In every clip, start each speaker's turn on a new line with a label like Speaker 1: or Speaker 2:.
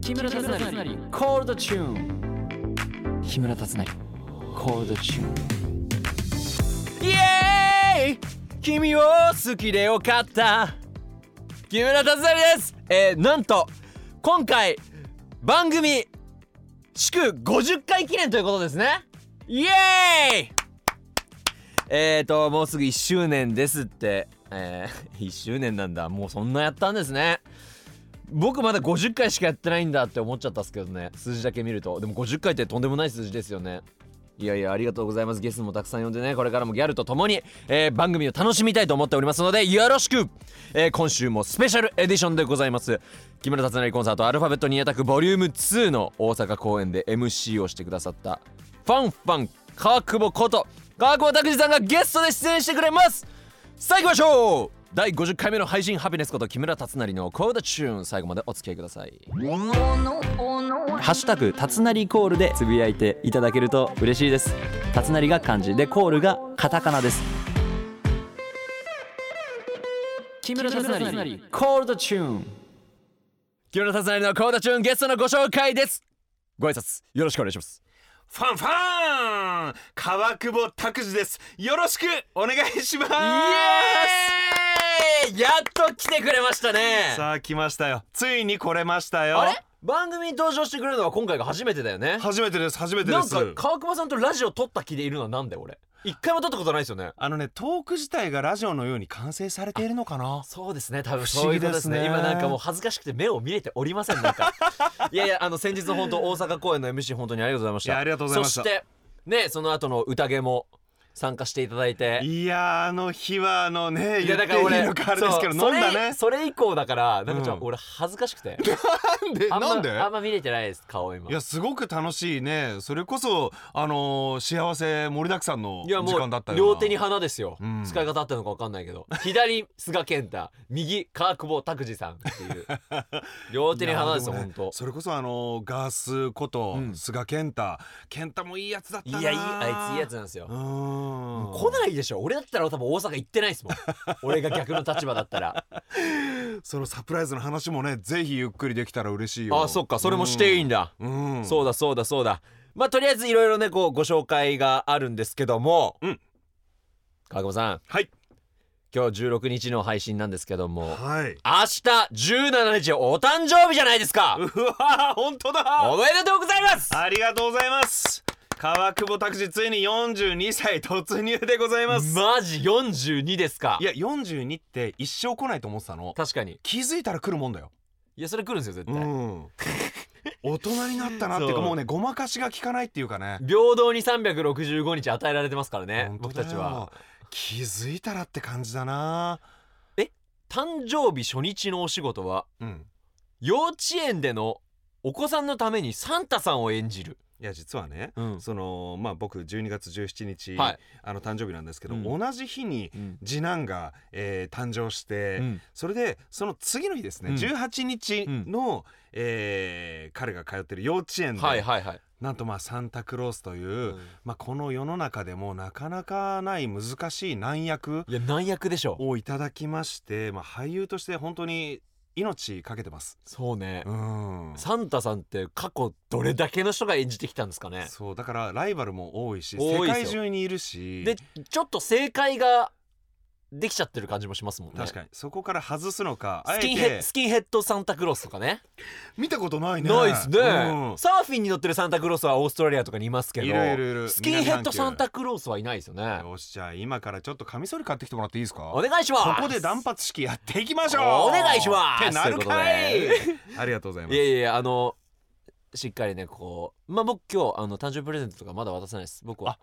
Speaker 1: 木村達成コールドチューン木村達成コールドチューンイエーイ君を好きでよかった木村達成ですえー、なんと今回番組祝50回記念ということですねイエーイえーともうすぐ1周年ですってえー、1周年なんだもうそんなやったんですね僕まだ50回しかやってないんだって思っちゃったっすけどね数字だけ見るとでも50回ってとんでもない数字ですよねいやいやありがとうございますゲストもたくさん呼んでねこれからもギャルと共に、えー番組を楽しみたいと思っておりますのでよろしく、えー今週もスペシャルエディションでございます木村達成コンサートアルファベット2アタックボリューム2の大阪公演で MC をしてくださったファンファン川久保こと川久保拓司さんがゲストで出演してくれますさあ行きましょう第50回目の配信ハピネスこと木村達成のコールドチューン最後までお付き合いください
Speaker 2: ハッシュタグたつなりコールでつぶやいていただけると嬉しいですたつなりが漢字でコールがカタカナです
Speaker 1: 木村達成コールドチューン木村達成のコールドチューンゲストのご紹介ですご挨拶よろしくお願いします
Speaker 3: ファンファン川久保拓司ですよろしくお願いします
Speaker 1: イエーイやっと来てくれましたね
Speaker 3: さあ来ましたよついに来れましたよ
Speaker 1: あれ番組に登場してくれるのは今回が初めてだよね
Speaker 3: 初めてです初めてで
Speaker 1: なん
Speaker 3: す
Speaker 1: か川久保さんとラジオ撮った気でいるのはなんで俺一回も撮ったことないですよね
Speaker 3: あのねトーク自体がラジオのように完成されているのかな
Speaker 1: そうですね多分
Speaker 3: 不
Speaker 1: そう
Speaker 3: 思
Speaker 1: いう
Speaker 3: 議
Speaker 1: こと
Speaker 3: で
Speaker 1: です
Speaker 3: すね
Speaker 1: ね今なんかもう恥ずかしくて目を見れておりませんな んかいやいやあの先日の本当大阪公演の MC 本当にありがとうございました
Speaker 3: いやありがとうございました
Speaker 1: そしてねその後の宴も参加していただいて
Speaker 3: いやーあの日はあのね
Speaker 1: い
Speaker 3: 言っていいのかあれですけど
Speaker 1: そう
Speaker 3: 飲んだね
Speaker 1: それそれ以降だからなんかちょっと
Speaker 3: うん
Speaker 1: 俺恥ずかし くて
Speaker 3: で
Speaker 1: あんまあんま見れてないです顔今
Speaker 3: いやすごく楽しいねそれこそあのー幸せ盛りだくさんの
Speaker 1: い
Speaker 3: 時
Speaker 1: やも
Speaker 3: 間だった
Speaker 1: う
Speaker 3: よな
Speaker 1: 両手に花ですよ、
Speaker 3: うん
Speaker 1: 使い方あったのか分かんないけ ど左菅健太右川久保拓司さんって いう両手に花ですよ
Speaker 3: いや
Speaker 1: 本
Speaker 3: も
Speaker 1: 当
Speaker 3: それこそあのガースこと
Speaker 1: うん
Speaker 3: 菅健太健太もいいやつだった
Speaker 1: い
Speaker 3: な
Speaker 1: やいいあいついいやつなんですよ
Speaker 3: うーん
Speaker 1: 来ないでしょ俺だったら多分大阪行ってないですもん俺が逆の立場だったら
Speaker 3: そのサプライズの話もねぜひゆっくりできたら嬉しいよ
Speaker 1: あそっかそれもしていいんだ、
Speaker 3: うん、うん
Speaker 1: そうだそうだそうだまあとりあえずいろいろねこうご紹介があるんですけども、
Speaker 3: うん
Speaker 1: 川久保さん
Speaker 3: はい
Speaker 1: 今日16日の配信なんですけども
Speaker 3: はい
Speaker 1: 明日17日お誕生日じゃないですか
Speaker 3: うわ本当だ
Speaker 1: おめでとうございます
Speaker 3: ありがとうございます川久保拓司ついに42歳突入でございます、
Speaker 1: マジ42ですか
Speaker 3: いや42って一生来ないと思ってたの
Speaker 1: 確かに
Speaker 3: 気づいたら来るもんだよ
Speaker 1: いやそれ来るんですよ絶
Speaker 3: う
Speaker 1: 対、
Speaker 3: ん大人になったなっていう
Speaker 1: そ
Speaker 3: か
Speaker 1: う
Speaker 3: もうねごまかしが効かないっていうかね
Speaker 1: 平等に365日与えられてますからね
Speaker 3: 本当
Speaker 1: 僕
Speaker 3: だ
Speaker 1: た
Speaker 3: よ
Speaker 1: ちは
Speaker 3: 気づいたらって感じだな
Speaker 1: 誕生日初日のお仕事は
Speaker 3: うん
Speaker 1: 幼稚園でのお子さんのためにサンタさんを演じる、
Speaker 3: いや実はね
Speaker 1: うん
Speaker 3: そのまあ僕12月17日、
Speaker 1: はい
Speaker 3: あの誕生日なんですけど、
Speaker 1: うん
Speaker 3: 同じ日に次男が、えー誕生して、
Speaker 1: うん
Speaker 3: それでその次の日ですね、
Speaker 1: うん
Speaker 3: 18日の、えー彼が通ってる幼稚園で、
Speaker 1: はいはいはい、
Speaker 3: なんとまあサンタクロースという、
Speaker 1: うん
Speaker 3: まあ、この世の中でもなかなかない難しい難役
Speaker 1: いや難役でしょ
Speaker 3: をいただきまして、まあ、俳優として本当に命かけてます。
Speaker 1: そうね、
Speaker 3: うん
Speaker 1: サンタさんって過去どれだけの人が演じてきたんですかね
Speaker 3: そうだからライバルも多いし
Speaker 1: 多
Speaker 3: 世
Speaker 1: いですよ
Speaker 3: 界中にいるし
Speaker 1: でちょっと正解ができちゃってる感じもしますもんね
Speaker 3: 確かにそこから外すのかあえ
Speaker 1: ス
Speaker 3: て
Speaker 1: キンヘスキンヘッドサンタクロスとかね
Speaker 3: 見たことないね
Speaker 1: ないですね、
Speaker 3: うん
Speaker 1: サーフィンに乗ってるサンタクロースはオーストラリアとかにいますけど
Speaker 3: いるいるいる
Speaker 1: スキンヘッドサン
Speaker 3: 南
Speaker 1: タクロースはいないですよね
Speaker 3: 半球よしじゃあ今からちょっとカミソリ買ってきてもらっていいですか
Speaker 1: お願いします
Speaker 3: ここで断髪式やっていきましょう
Speaker 1: お願いします
Speaker 3: ってなるか
Speaker 1: と
Speaker 3: い
Speaker 1: いう
Speaker 3: ありがとうございま
Speaker 1: い
Speaker 3: す
Speaker 1: やいやいやあのしっかりねこうまあ僕今日あの誕生日プレゼントとかまだ渡さないです僕は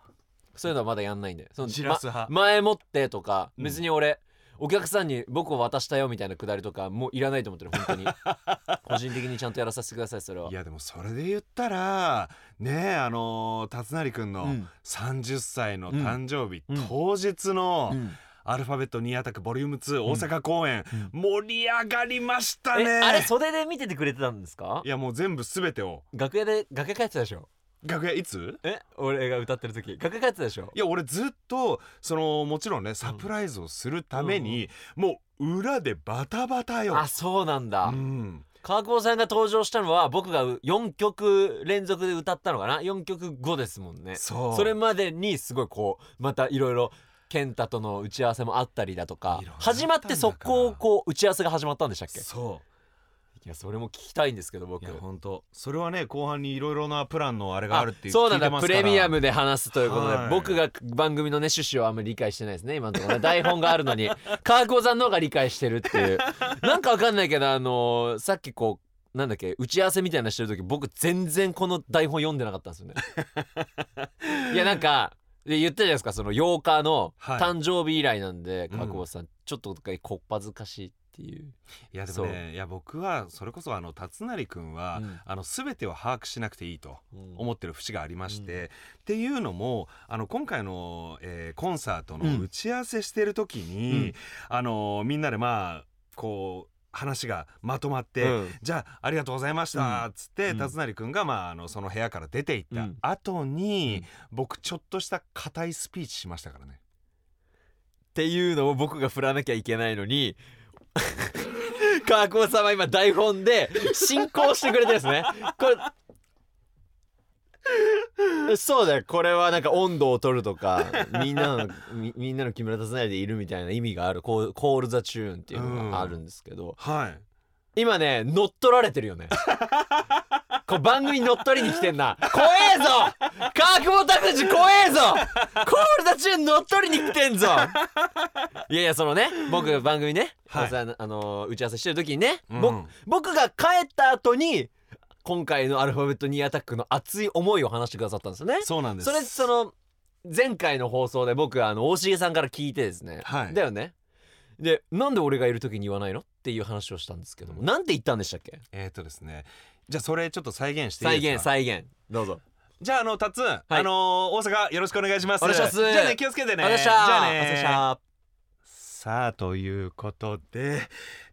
Speaker 1: そういうのはまだやんないんでその
Speaker 3: しらす
Speaker 1: ま
Speaker 3: 派
Speaker 1: 前もってとか
Speaker 3: うん
Speaker 1: 別に俺、お客さんに僕を渡したよみたいなくだりとかもういらないと思ってる本 当に個人的にちゃんとやらさせてくださいそれはい
Speaker 3: やでもそれで言ったらねえあのー辰成君
Speaker 1: う
Speaker 3: の
Speaker 1: ん
Speaker 3: 30歳の誕生日、
Speaker 1: うん
Speaker 3: 当日
Speaker 1: う
Speaker 3: の
Speaker 1: ん
Speaker 3: アルファベット2アタックボリューム2大阪公演、盛り上がりました
Speaker 1: え
Speaker 3: ね
Speaker 1: あれ袖で見ててくれてたんですか
Speaker 3: いやもう全部全てを
Speaker 1: 楽屋で楽屋帰ってたでしょ
Speaker 3: 楽屋いつ
Speaker 1: え俺が歌ってる時楽屋帰ってたでしょ
Speaker 3: いや俺ずっとそのもちろんねサプライズをするために、もう裏でバタバタよ。
Speaker 1: あそうなんだ、
Speaker 3: うん
Speaker 1: 川久保さんが登場したのは僕が4曲連続で歌ったのかな4曲後ですもんね
Speaker 3: そう
Speaker 1: それまでにすごいこうまたいろいろ健太との打ち合わせもあったりだとか
Speaker 3: いろいろあったんだ
Speaker 1: 始まって速攻こう打ち合わせが始まったんでしたっけい
Speaker 3: そ
Speaker 1: やそれも聞きたいんですけど
Speaker 3: うい
Speaker 1: 僕
Speaker 3: や本当それはね後半にいろいろなプランのあれがあるっていう
Speaker 1: そうな
Speaker 3: 聞
Speaker 1: ん
Speaker 3: いて
Speaker 1: だ
Speaker 3: ます
Speaker 1: プ
Speaker 3: から
Speaker 1: レミアムで話すということで、
Speaker 3: はい
Speaker 1: 僕が番組のね趣旨をあんまり理解してないですね今のところね台本があ るのに川久保さんの方が理解してるっていうなんかわかんないけどあのーさっきこうなんだっけ打ち合わせみたいなのしてる時僕全然この台本読んでなかったんです よねいやなんかで言ったじゃないですかその8日の
Speaker 3: はい
Speaker 1: 誕生日以来なんで、
Speaker 3: うん
Speaker 1: 川久保さんちょっとこっぱずかしいっていう、
Speaker 3: いやでもねいや僕はそれこそあの辰成君は、
Speaker 1: うん
Speaker 3: あの全てを把握しなくていいと
Speaker 1: うん
Speaker 3: 思ってる節がありまして、っていうのもあの今回の、えーコンサート
Speaker 1: うん
Speaker 3: の打ち合わせしてる時に、
Speaker 1: うん
Speaker 3: あのみんなでまあこう話がまとまって、
Speaker 1: うん
Speaker 3: じゃあありがとうございましたっつって、
Speaker 1: うん
Speaker 3: 辰成君が、まあ、あのその部屋から出て行っ
Speaker 1: う
Speaker 3: た
Speaker 1: ん
Speaker 3: 後に、
Speaker 1: うん
Speaker 3: 僕ちょっとした固いスピーチしましたからね。
Speaker 1: っていうのを僕が振らなきゃいけないのに 川久保さんは今台本で進行してくれてるんですねこれそうだよこれはなんか温度を取るとかみんなのみみんなの木村達成でいるみたいな意味があるコーコール・ザ・チューンっていうのがあるんですけど、
Speaker 3: はい
Speaker 1: 今ね乗っ取られてる よねこう番組に乗っ取りに来てんな怖えぞ川久保拓司怖えぞコールたちに乗っ取りに来てんぞいやいやそのね僕番組ね、
Speaker 3: はい
Speaker 1: お世話にあのー打ち合わせしてる時にね、
Speaker 3: うん
Speaker 1: ぼ僕が帰った後に今回のアルファベットニーアタックの熱い思いを話してくださったんですよね
Speaker 3: そうなんです
Speaker 1: それその前回の放送で僕あの大重さんから聞いてですね、
Speaker 3: はい
Speaker 1: だよねでなんで俺がいる時に言わないのっていう話をしたんですけども、
Speaker 3: うん
Speaker 1: なんて言ったんでしたっけ
Speaker 3: えっ、とですねじゃあそれちょっと再現していい
Speaker 1: 再
Speaker 3: ですか
Speaker 1: 現再現どうぞ
Speaker 3: じゃああのタッツン、あのー大阪よろしくお願いします
Speaker 1: お願いします
Speaker 3: じゃあね気をつけてね
Speaker 1: ありがとうございま
Speaker 3: じ
Speaker 1: し
Speaker 3: ゃ
Speaker 1: た
Speaker 3: あ
Speaker 1: ありがとうございま
Speaker 3: ね
Speaker 1: した
Speaker 3: さあということで、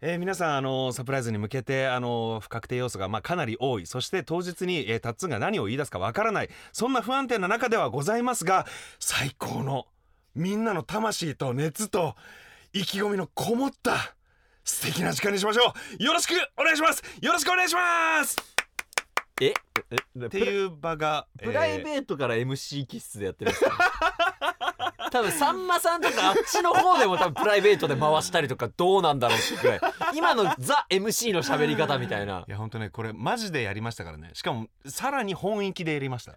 Speaker 3: えー皆さんあのサプライズに向けてあの不確定要素がまあかなり多いそして当日に、えータッツンが何を言い出すかわからないそんな不安定な中ではございますが最高のみんなの魂と熱と意気込みのこもった素敵な時間にしましょうよろしくお願いしますよろしくお願いします
Speaker 1: ええ
Speaker 3: って
Speaker 1: う
Speaker 3: いう場が
Speaker 1: プライベートから MC 気質でやってるんですか 多分さんまさんとかあっちの方でも多分プライベートで回したりとかどうなんだろうってくらい今のザ MC の喋り方みたいない
Speaker 3: や本当ねこれマジでやりましたからねしかもさらに本域でやりました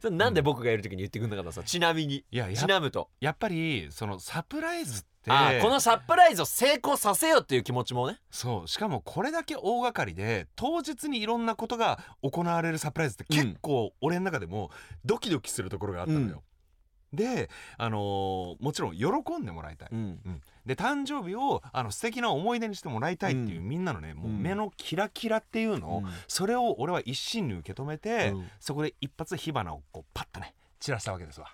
Speaker 1: それなんで僕がいる時に言ってくんなかったんですかちなみに
Speaker 3: いやや
Speaker 1: ちなむと
Speaker 3: やっぱりそのサプライズって
Speaker 1: あーこのサプライズを成功させようっていう気持ちもね
Speaker 3: そうしかもこれだけ大掛かりで当日にいろんなことが行われるサプライズって結構俺の中でもドキドキするところがあったのよ。で、あのーもちろん喜んでもらいたい。
Speaker 1: うん
Speaker 3: で誕生日をあの素敵な思い出にしてもらいたいっていう、
Speaker 1: う
Speaker 3: みんなのねもううん目のキラキラっていうのを、それを俺は一心に受け止めて、
Speaker 1: うん
Speaker 3: そこで一発火花をこうパッとね散らしたわけですわ。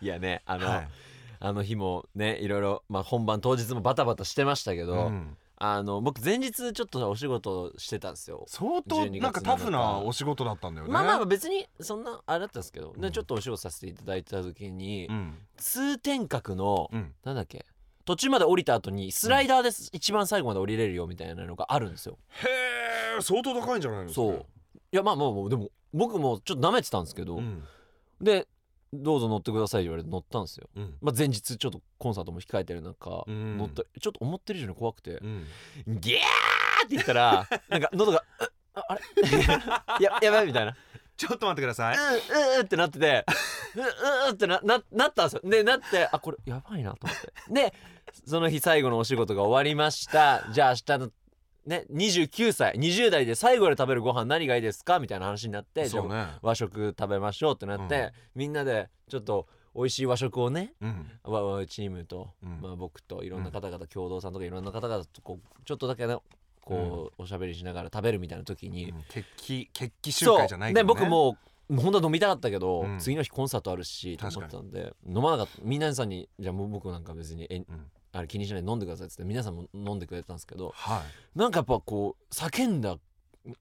Speaker 1: いやねあの、
Speaker 3: はい
Speaker 1: あの日もねいろいろ、まあ、本番当日もバタバタしてましたけど、
Speaker 3: うん
Speaker 1: あの僕前日ちょっとお仕事してたんですよ
Speaker 3: 相当
Speaker 1: 12
Speaker 3: なんかタフな
Speaker 1: 月7日
Speaker 3: お仕事だったんだよね。
Speaker 1: まあまあまあ別にそんなあれだったんですけど、
Speaker 3: う
Speaker 1: で
Speaker 3: ん
Speaker 1: ちょっとお仕事させていただいた時に、
Speaker 3: うん
Speaker 1: 通天閣の、
Speaker 3: うん
Speaker 1: なんだっけ途中まで降りた後にスライダーです、一番最後まで降りれるよみたいなのがあるんですよ。
Speaker 3: へえ相当高いんじゃないの
Speaker 1: そういやまあまあまあでも僕もちょっと舐めてたんですけど、
Speaker 3: うん
Speaker 1: で「どうぞ乗ってください」言われて乗ったんですよ。
Speaker 3: うん
Speaker 1: まあ、前日ちょっとコンサートも控えてる中、
Speaker 3: うん
Speaker 1: 乗ったちょっと思ってる以上に怖くて、
Speaker 3: うん
Speaker 1: ギャーって言っ たらなんか喉が「うああれ ややばい」みたいな
Speaker 3: ちょっと待ってください
Speaker 1: うんうんってなっててうんうんってなななったんですよでなってあこれやばいなと思ってでその日最後のお仕事が終わりましたじゃあ明日のね29歳20代で最後で食べるご飯何がいいですかみたいな話になって、じゃ
Speaker 3: そう
Speaker 1: あ
Speaker 3: ね
Speaker 1: 和食食べましょうってなって、
Speaker 3: うん
Speaker 1: みんなでちょっと美味しい和食をね
Speaker 3: うん
Speaker 1: わわチームと、
Speaker 3: うん
Speaker 1: まあ、僕といろんな方々、共同さんとかいろんな方々とこうちょっとだけねこう、おしゃべりしながら食べるみたいな時に、
Speaker 3: 決起決起集
Speaker 1: そう
Speaker 3: 会じゃないけどね
Speaker 1: で僕もう本当は飲みたかったけど、
Speaker 3: うん
Speaker 1: 次の日コンサートあるしと
Speaker 3: 確
Speaker 1: 思
Speaker 3: か
Speaker 1: っ
Speaker 3: に
Speaker 1: てたんで飲まなかった皆さんにじゃあもう僕なんか別にえ
Speaker 3: うん
Speaker 1: あれ気にしないで飲んでくださいっつって皆さんも飲んでくれてたんですけど
Speaker 3: は
Speaker 1: なんかやっぱこう叫んだ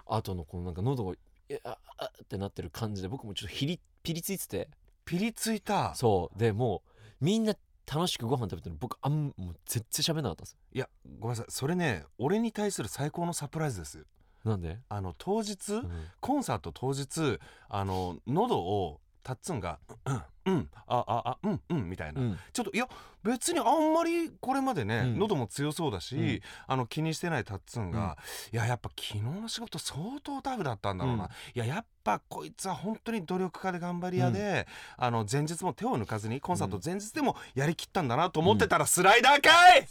Speaker 1: 後のこのなんか喉がえああってなってる感じで僕もちょっとひりピリついてて
Speaker 3: いピリついた
Speaker 1: そうでもうみんな楽しくご飯食べてるの僕あんもう全然喋んなかったんですよ
Speaker 3: いやごめんなさいそれね俺に対する最高のサプライズです
Speaker 1: なんで、
Speaker 3: あの当日、
Speaker 1: うん
Speaker 3: コンサート当日あの喉をタッツンが「うんうんあああうんうん」みたいな、
Speaker 1: うん
Speaker 3: ちょっといや別にあんまりこれまでね、
Speaker 1: うん
Speaker 3: 喉も強そうだし、
Speaker 1: うん
Speaker 3: あの気にしてないタッツンが、いややっぱ昨日の仕事相当タフだったんだろうな、
Speaker 1: うん
Speaker 3: いややっぱこいつは本当に努力家で頑張り屋で、あの前日も手を抜かずにコンサート前日でもやりきったんだなと思ってたらスライダーかい、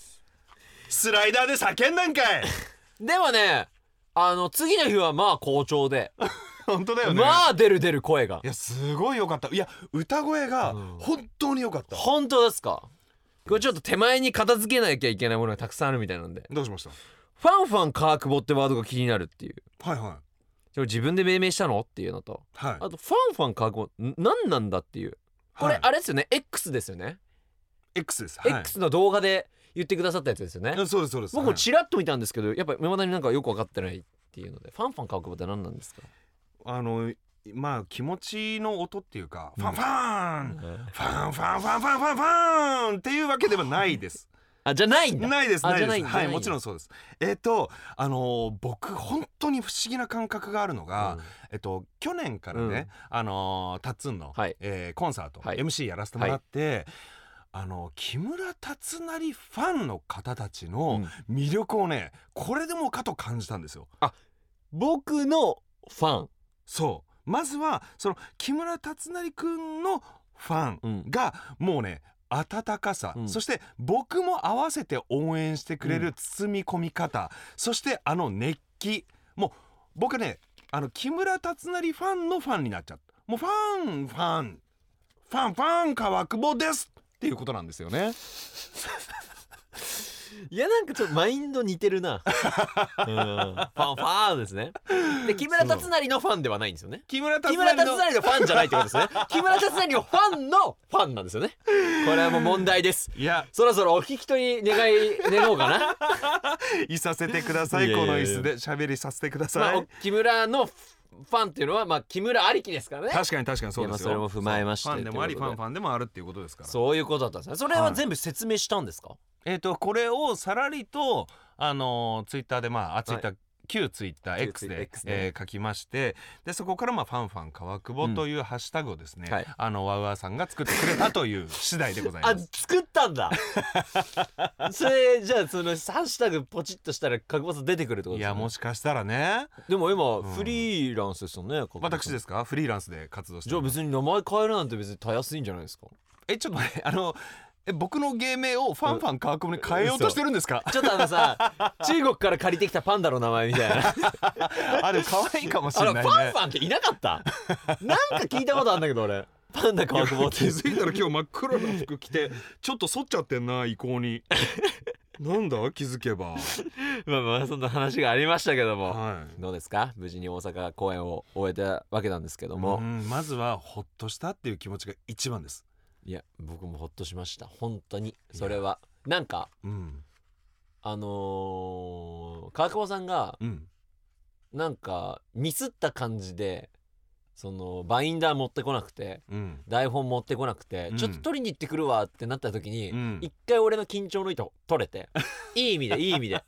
Speaker 3: スライダーで叫んだんか い
Speaker 1: でもねあの次の日はまあ好調で、
Speaker 3: 本当だよね、
Speaker 1: まあ出る出る声が
Speaker 3: いやすごい良かったいや歌声が
Speaker 1: うん
Speaker 3: 本当に良かった、
Speaker 1: 本当ですかこれちょっと手前に片付けなきゃいけないものがたくさんあるみたいなんで
Speaker 3: どうしまし
Speaker 1: ファンファン川久保ってワードが気になるっていう
Speaker 3: たはいはい
Speaker 1: それ自分で命名したのっていうのと
Speaker 3: はい
Speaker 1: あとファンファン川久保ん何なんだっていうこれ
Speaker 3: はい
Speaker 1: あれですよね X ですよね、
Speaker 3: X ですはい
Speaker 1: X の動画で言ってくださったやつですよね
Speaker 3: うんそうですそうです
Speaker 1: 僕
Speaker 3: は
Speaker 1: も
Speaker 3: い
Speaker 1: ちらっと見たんですけどやっぱ未だになんかよく分かってないっていうのでファンファン川久保って何なんですか
Speaker 3: あのまあ気持ちの音っていうか、ファンファン
Speaker 1: うん
Speaker 3: ファンファンファンファンファンファンっていうわけではないです。
Speaker 1: あじゃないんだ
Speaker 3: ないです
Speaker 1: あ
Speaker 3: ない
Speaker 1: じ
Speaker 3: で
Speaker 1: ゃ
Speaker 3: す
Speaker 1: ないんだ
Speaker 3: はい
Speaker 1: じゃないんだ
Speaker 3: もちろんそうです。えっ、とあのー僕本当に不思議な感覚があるのが、えっと去年からね、あのータッツンの、
Speaker 1: はい
Speaker 3: えーコンサート、
Speaker 1: はい
Speaker 3: MC やらせてもらって、あの木村達成ファンの方たち
Speaker 1: う
Speaker 3: の
Speaker 1: ん
Speaker 3: 魅力をねこれでもかと感じたんですよ。
Speaker 1: 僕のファン
Speaker 3: そうまずはその木村達成くんのファンがもうね温かさ、
Speaker 1: うん
Speaker 3: そして僕も合わせて応援してくれ
Speaker 1: う
Speaker 3: る包み込み方、そしてあの熱気もう僕ねあの木村達成ファンのファンになっちゃったもうファンファンファンファン川久保ですっていうことなんですよね。
Speaker 1: いやなんかちょっとマインド似てる な、うん、ファン ファーですねで木村達成のファンではないんですよね
Speaker 3: 木村
Speaker 1: 木
Speaker 3: 達
Speaker 1: 村
Speaker 3: 成
Speaker 1: 達
Speaker 3: の
Speaker 1: 成のファンじゃないってことです ね木村達成のファンのファンなんですよねこれはもう問題です
Speaker 3: いや
Speaker 1: そろそろお引き取り願い願おうかな、
Speaker 3: いさせてください
Speaker 1: いやいや
Speaker 3: こ
Speaker 1: い
Speaker 3: の
Speaker 1: や
Speaker 3: 椅子で喋りさせてくださ
Speaker 1: ま
Speaker 3: い。
Speaker 1: あ、お木村のファンっていうのは、まあ、木村ありきですからね
Speaker 3: 確かに確かにそうですよ
Speaker 1: いやまあそれも踏まえまして
Speaker 3: ファンでもあり
Speaker 1: と
Speaker 3: フ
Speaker 1: いう
Speaker 3: ァ
Speaker 1: ことで
Speaker 3: ンファンでもあるっていうことですから
Speaker 1: そういうことだったんですねそれは全部説明したんですか、
Speaker 3: えっ、とこれをさらりとあのーツイッターでまああツイッター、旧ツイッター
Speaker 1: 旧
Speaker 3: X で
Speaker 1: X ね
Speaker 3: えー書きましてでそこから、まあ「ファンファン川久保」というハッシュタグをですね、
Speaker 1: はい
Speaker 3: あのワウワウさんが作ってくれたという次第でございま
Speaker 1: あ
Speaker 3: す。
Speaker 1: 作ったん だそれじゃあそのハッシュタグポチッとしたら角本さん出てくるってこと
Speaker 3: い
Speaker 1: ですか、
Speaker 3: やもしかしたらね
Speaker 1: でも今、
Speaker 3: ん
Speaker 1: フリーランスですよね角本さん
Speaker 3: 私ですかフリーランスで活動して
Speaker 1: じゃあ別に名前変えるなんて別にたやすいんじゃないですか
Speaker 3: えちょっと待ってあのえ僕の芸名を「ファンファン川久保」に変えようとしてるんですか
Speaker 1: ちょっとあのさ 中国から借りてきたパンダの名前みたい な
Speaker 3: あでも可愛いかもし
Speaker 1: あ
Speaker 3: れ
Speaker 1: の
Speaker 3: ない
Speaker 1: ファン
Speaker 3: ね
Speaker 1: ファンっていなかったなんか聞いたことあるんだけど俺パンダ川久保っ
Speaker 3: 気
Speaker 1: て
Speaker 3: づいたら今日真っ黒な服着 てちょっと反っちゃってんな意向になんだ気づけば
Speaker 1: まあまあそんな話がありましたけども、
Speaker 3: はい
Speaker 1: どうですか無事に大阪公演を終えたわけなんですけども、
Speaker 3: うんまずはほっとしたっていう気持ちが一番です。
Speaker 1: いや僕もほっとしました本当にそれはなんか
Speaker 3: うん、
Speaker 1: あのー、川久保さんが
Speaker 3: うん、
Speaker 1: なんかミスった感じでそのバインダー持ってこなくて
Speaker 3: うん、
Speaker 1: 台本持ってこなくて、
Speaker 3: うん
Speaker 1: ちょっと取りに行ってくるわってなった時に、
Speaker 3: うん
Speaker 1: 一回俺の緊張の糸取 れていい意味でいい意味で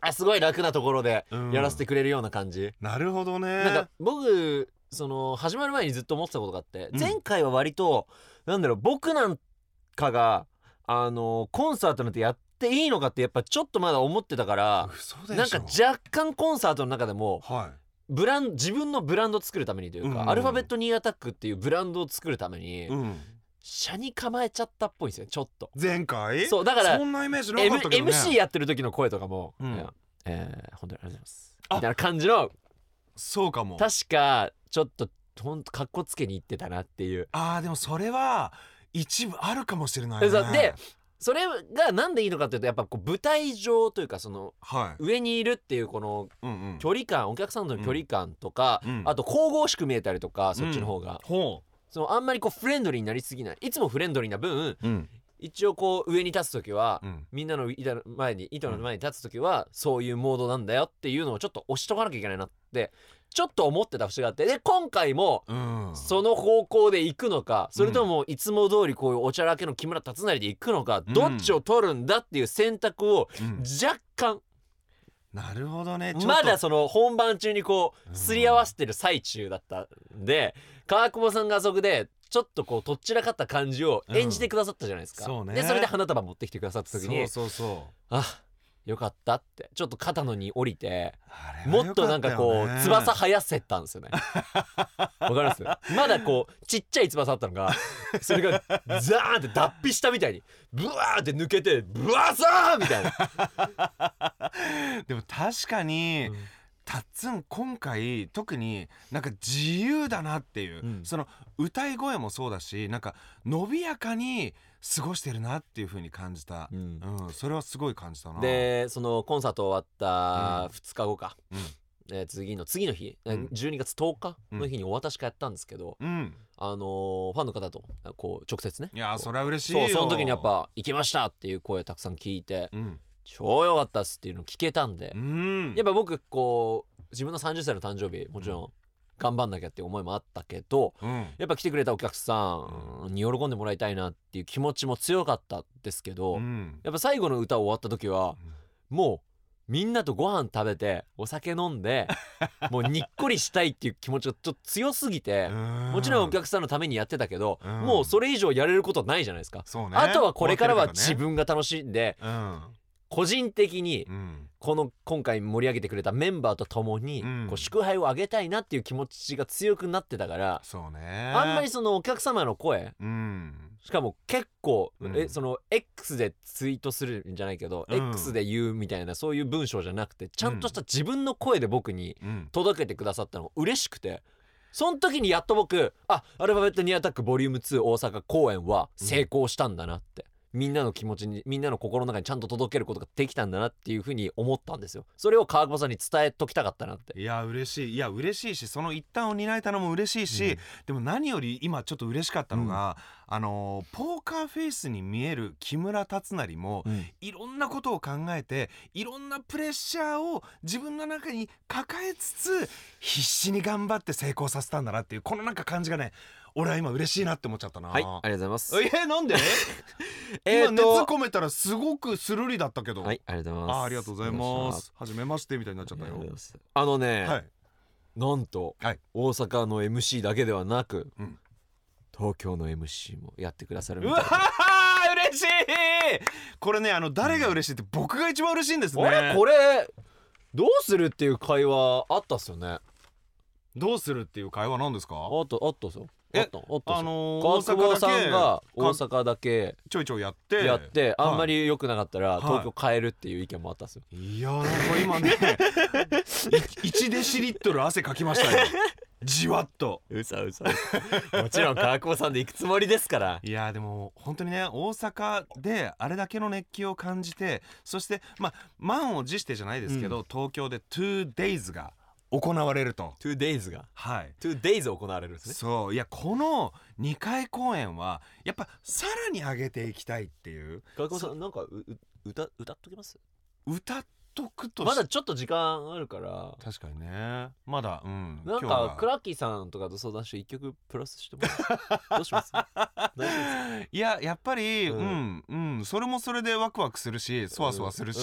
Speaker 1: あすごい楽なところで
Speaker 3: うん
Speaker 1: やらせてくれるような感じ、
Speaker 3: なるほどね。
Speaker 1: なんか僕その始まる前にずっと思ってたことがあって、
Speaker 3: うん
Speaker 1: 前回は割となんだろう僕なんかがあのコンサートなんてやっていいのかってやっぱちょっとまだ思ってたから
Speaker 3: 嘘でしょ。
Speaker 1: なんか若干コンサートの中でも
Speaker 3: は
Speaker 1: ブラン自分のブランド作るためにというか、
Speaker 3: うん
Speaker 1: アルファベットニーアタックっていうブランドを作るために、
Speaker 3: い、うん、
Speaker 1: 車に構えちゃったっぽいんですよちょっと。
Speaker 3: 前回
Speaker 1: そうだから
Speaker 3: そんなイメージなか
Speaker 1: M
Speaker 3: ったけどね。
Speaker 1: MC やってる時の声とかも、
Speaker 3: うん
Speaker 1: いやえー、本当にありがとうございます
Speaker 3: あ
Speaker 1: みたいな感じの
Speaker 3: そうかも。
Speaker 1: 確かちょっとほんとかっこつけに行ってたなっていう
Speaker 3: ああでもそれは一部あるかもしれない、
Speaker 1: で
Speaker 3: ね。
Speaker 1: そうでそれがなんでいいのかっていうとやっぱこう舞台上というかその
Speaker 3: はい。
Speaker 1: 上にいるっていうこの
Speaker 3: うんうん。
Speaker 1: 距離感お客さんとの距離感とか、
Speaker 3: うん
Speaker 1: あと神々しく見えたりとかそっちの方が、
Speaker 3: ほ
Speaker 1: そのあんまりこうフレンドリーになりすぎないいつもフレンドリーな分
Speaker 3: う。うん。
Speaker 1: 一応こう上に立つ時は、
Speaker 3: うん。
Speaker 1: みんなの板の前に糸の前に立つ時はそういうモードなんだよっていうのをちょっと押しとかなきゃいけないなってちょっと思ってた節があってで今回も
Speaker 3: うん
Speaker 1: その方向で行くのかそれともいつも通りこういうおちゃらけの木村達成で行くのか、
Speaker 3: うん
Speaker 1: どっちを取るんだっていう選択を
Speaker 3: うん
Speaker 1: 若干
Speaker 3: なるほどねちょっと
Speaker 1: まだその本番中にこ
Speaker 3: うん
Speaker 1: うすり合わせてる最中だったんで川久保さんがあそこでちょっとこうとっちらかった感じを演じてくださったじゃないですか、
Speaker 3: うんそうね
Speaker 1: でそれで花束持ってきてくださった時に
Speaker 3: そうそうそう
Speaker 1: あよかったってちょっと肩のに降りて
Speaker 3: あれは
Speaker 1: もっとなんかこ
Speaker 3: よ
Speaker 1: う
Speaker 3: たよね
Speaker 1: 翼生やせたんですよねわかりますまだこうちっちゃい翼あったの がそれがザーンって脱皮したみたいにブワーって抜けてブワーサーみたいな、
Speaker 3: でも確かに、たっつん今回特になんか自由だなっていう、
Speaker 1: うん
Speaker 3: その歌い声もそうだしなんか伸びやかに過ごしてるなっていう風に感じた
Speaker 1: う、ん
Speaker 3: うんそれはすごい感じたな
Speaker 1: でそのコンサート終わ
Speaker 3: うん
Speaker 1: った2日後か、
Speaker 3: うん
Speaker 1: えー次の次の日、
Speaker 3: う
Speaker 1: え
Speaker 3: ん
Speaker 1: ー12月10日の日にお渡し会やったんですけど、
Speaker 3: うん
Speaker 1: あのーファンの方とこう直接ね
Speaker 3: いやーそれは嬉しい
Speaker 1: そ
Speaker 3: よ
Speaker 1: うその時にやっぱ「行きました!」っていう声をたくさん聞いて
Speaker 3: うん、
Speaker 1: 「超良かったっす」っていうのを聞けたんで
Speaker 3: う、ん、
Speaker 1: やっぱ僕こう自分の30歳の誕生日もちろん頑張んなきゃって思いもあったけど
Speaker 3: うん
Speaker 1: やっぱ来てくれたお客さんに喜んでもらいたいなっていう気持ちも強かったですけ
Speaker 3: う
Speaker 1: ど、
Speaker 3: ん
Speaker 1: やっぱ最後の歌終わった時はもうみんなとご飯食べてお酒飲 んでもうにっこりしたいっていう気持ちがちょっと強すぎてもちろんお
Speaker 3: 客
Speaker 1: 客さんのためにやってたけど
Speaker 3: うん
Speaker 1: もうそれ以上やれることはないじゃないですか。
Speaker 3: そう、ね、
Speaker 1: あとはこれから
Speaker 3: 終
Speaker 1: は
Speaker 3: わって
Speaker 1: 自
Speaker 3: る
Speaker 1: 分が楽しんで
Speaker 3: からね
Speaker 1: 個人的に
Speaker 3: うん
Speaker 1: この今回盛り上げてくれたメンバーと共に
Speaker 3: うん
Speaker 1: こう祝杯をあげたいなっていう気持ちが強くなってたから
Speaker 3: そうね
Speaker 1: あんまりそのお客様の声
Speaker 3: うん
Speaker 1: しかも結構、
Speaker 3: うん
Speaker 1: えその X でツイートするんじゃないけど、
Speaker 3: うん
Speaker 1: X で言うみたいなそういう文章じゃなくてちゃんとした自分の声で僕に
Speaker 3: うん
Speaker 1: 届けてくださったの嬉しくてその時にやっと僕あアルファベットニアタックボリューム2大阪公演は成功したんだなって、みんなの気持ちにみんなの心の中にちゃんと届けることができたんだなっていうふうに思ったんですよそれを川久保さんに伝えときたかったなって
Speaker 3: いや嬉しいいや嬉しいしその一端を担えたのも嬉しいし、
Speaker 1: うん
Speaker 3: でも何より今ちょっと嬉しかったのが、あのーポーカーフェイスに見える木村達成も、
Speaker 1: うん
Speaker 3: いろんなことを考えていろんなプレッシャーを自分の中に抱えつつ必死に頑張って成功させたんだなっていうこのなんか感じがね俺は今嬉しいなって思っちゃったな。
Speaker 1: はいありがとうございます
Speaker 3: えーなんで
Speaker 1: え
Speaker 3: 今
Speaker 1: ー
Speaker 3: 熱
Speaker 1: と
Speaker 3: 込めたらすごくスルリだったけど、
Speaker 1: はいありがとうございます
Speaker 3: あーありがとうございますはじめましてみたいになっちゃ
Speaker 1: あ
Speaker 3: っ
Speaker 1: り
Speaker 3: た
Speaker 1: がとう
Speaker 3: よ
Speaker 1: ございますあのね、
Speaker 3: はい
Speaker 1: なんと、
Speaker 3: はい
Speaker 1: 大阪の MC だけではなく、
Speaker 3: うん
Speaker 1: 東京の MC もやってくださるみ
Speaker 3: う
Speaker 1: たい
Speaker 3: わ
Speaker 1: な
Speaker 3: ー嬉しいこれねあの誰が嬉しいって僕が一番嬉しいんですね、
Speaker 1: あれこれどうするっていう会話あったっすよね
Speaker 3: どうするっていう会話なんですか
Speaker 1: あったあったっすよ
Speaker 3: え
Speaker 1: あったあったっ
Speaker 3: あ
Speaker 1: すよ
Speaker 3: のー、
Speaker 1: 川久保さんが
Speaker 3: 大
Speaker 1: 大
Speaker 3: 阪だけか
Speaker 1: 阪だけ
Speaker 3: ちょいちょいやって
Speaker 1: やってあんま
Speaker 3: り
Speaker 1: り良くなかったら
Speaker 3: い
Speaker 1: 東京変えるっていう意見もあったっすよ
Speaker 3: いやーなんか今ねい1デシリットル汗かきま したよじわっと
Speaker 1: うさうさ もちろん川久保さんで行くつもりですから
Speaker 3: いやーでも本当にね大阪であれだけの熱気を感じてそしてまあ満を持してじゃないですけど、東京で 2days が行われると
Speaker 1: 2days が
Speaker 3: はい
Speaker 1: 2days 行われるんですね
Speaker 3: そういやこの2回公演はやっぱさらに上げていきたいっていう
Speaker 1: 川久保さんなんかうう歌歌っときます
Speaker 3: 歌っとくとし
Speaker 1: まだちょっと時間あるから
Speaker 3: 確かにねまだうん
Speaker 1: なん
Speaker 3: 今日
Speaker 1: か
Speaker 3: が
Speaker 1: クラッキーさんとかと相談して一曲プラスしてもら うどうします大丈夫ですか
Speaker 3: いややっぱりう
Speaker 1: うんん
Speaker 3: うん、それもそれでワクワクするしそわそわするし、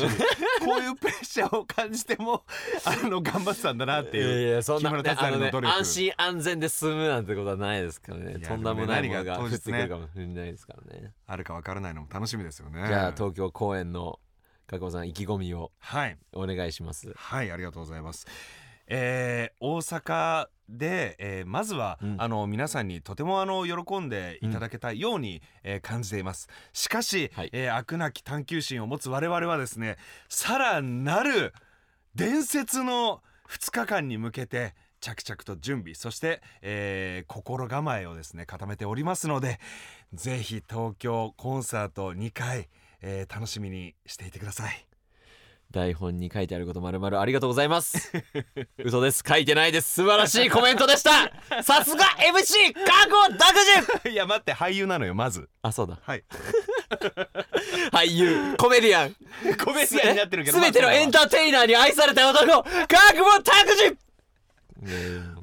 Speaker 3: こういうプレッシャーを感じてもあの頑張ってたんだなっていう。
Speaker 1: ややそんな、
Speaker 3: 木村達
Speaker 1: ねあ
Speaker 3: 成
Speaker 1: の
Speaker 3: の
Speaker 1: ね
Speaker 3: 努力
Speaker 1: 安心安全で済むなんてことはないですか
Speaker 3: い
Speaker 1: ら
Speaker 3: や
Speaker 1: ねとんでもないも
Speaker 3: でもね何
Speaker 1: のが
Speaker 3: が
Speaker 1: 降ってく
Speaker 3: 当日ね
Speaker 1: るかもしれないですからね
Speaker 3: あるかわからないのも楽しみですよね。
Speaker 1: じゃあ東京公演の加古さん意気込みを
Speaker 3: はい
Speaker 1: お願いします
Speaker 3: はいありがとうございます。えー大阪で、えーまずは、
Speaker 1: うん
Speaker 3: あの皆さんにとてもあの喜んでいただけたように、えー感じていますしかし、
Speaker 1: はい
Speaker 3: えー飽くなき探求心を持つ我々はですねさらなる伝説の2日間に向けて着々と準備そして、えー心構えをですね固めておりますのでぜひ東京コンサート2回、えー楽しみにしていてください。
Speaker 1: 台本に書いてあることまるまるありがとうございます 嘘です書いてないです素晴らしいコメントで したさすが MC 加古拓 司
Speaker 3: いや待って俳優なのよまず。
Speaker 1: あそうだ
Speaker 3: はい
Speaker 1: 俳優コメディアン
Speaker 3: コメディアンになってるけど
Speaker 1: 全てのエンターテイナーに愛された男加久保拓司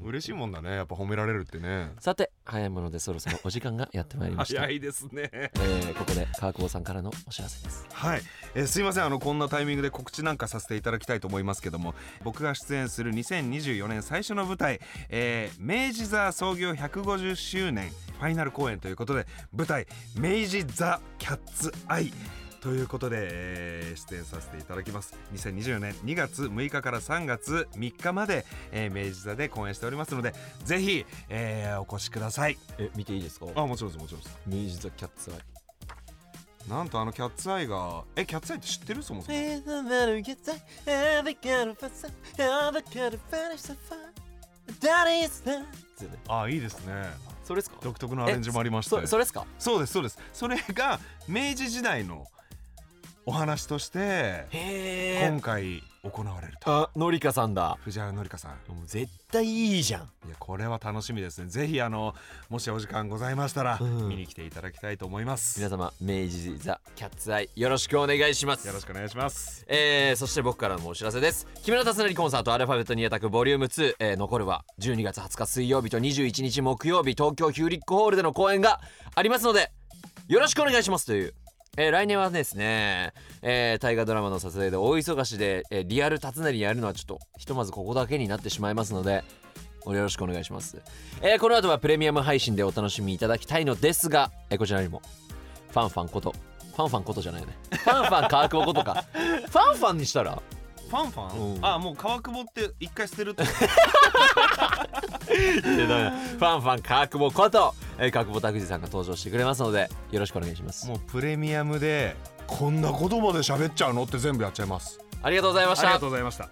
Speaker 3: 嬉しいもんだねやっぱ褒められるってね
Speaker 1: さて早いものでそろそろお時間がやってまいりました、
Speaker 3: 早
Speaker 1: え
Speaker 3: いですね
Speaker 1: ー、ここで川久保さんからのお知らせです
Speaker 3: はい、えーすいませんあのこんなタイミングで告知なんかさせていただきたいと思いますけども僕が出演する2024年最初の舞台、えー明治座創業150周年ファイナル公演ということで舞台「明治座キャッツアイ」ということで、えー出演させていただきます2024年2月6日から3月3日まで、えー明治座で公演しておりますのでぜひ、えーお越しください
Speaker 1: え見ていいですか
Speaker 3: あもちろんですもちろんです
Speaker 1: 明治座キャッツアイ
Speaker 3: なんとあのキャッツアイがえキャッツアイって知ってるそもそもあいいですね
Speaker 1: それですか
Speaker 3: 独特のアレンジもありました
Speaker 1: そそれですか
Speaker 3: そうですそうですそれが明治時代のお話として
Speaker 1: へ
Speaker 3: 今回行われると
Speaker 1: あのりかさんだ
Speaker 3: 藤原紀香さん
Speaker 1: もう絶対いいじゃん
Speaker 3: いやこれは楽しみですねぜひあのもしお時間ございましたら、
Speaker 1: うん
Speaker 3: 見に来ていただきたいと思います
Speaker 1: 皆
Speaker 3: よ
Speaker 1: 様明治座キャッツアイよろしくお願いします
Speaker 3: ろしくお願いします
Speaker 1: えーそして僕からもお知らせです木村達成コンサートアルファベットにアタックボリューム2、えー残るは12月20日水曜日と21日木曜日東京ヒューリックホールでの公演がありますのでよろしくお願いしますという、えー来年はですね、えー大河ドラマの撮影で大忙しで、えーリアル達成やるのはちょっとひとまずここだけになってしまいますのでよろしくお願いします、えーこの後はプレミアム配信でお楽しみいただきたいのですが、えーこちらにもファンファンことファンファンことじゃないよねファンファン川久保ことかファンファンにしたら
Speaker 3: ファンファン、
Speaker 1: うん
Speaker 3: あもう川久保って一回捨てるって
Speaker 1: ファンファン川久保こと、えー、川久保拓司さんが登場してくれますのでよろしくお願いします
Speaker 3: もうプレミアムでこんなことまで喋っちゃうのって全部やっちゃいます
Speaker 1: ありがとうございまし
Speaker 3: ありが
Speaker 1: た
Speaker 3: とうございました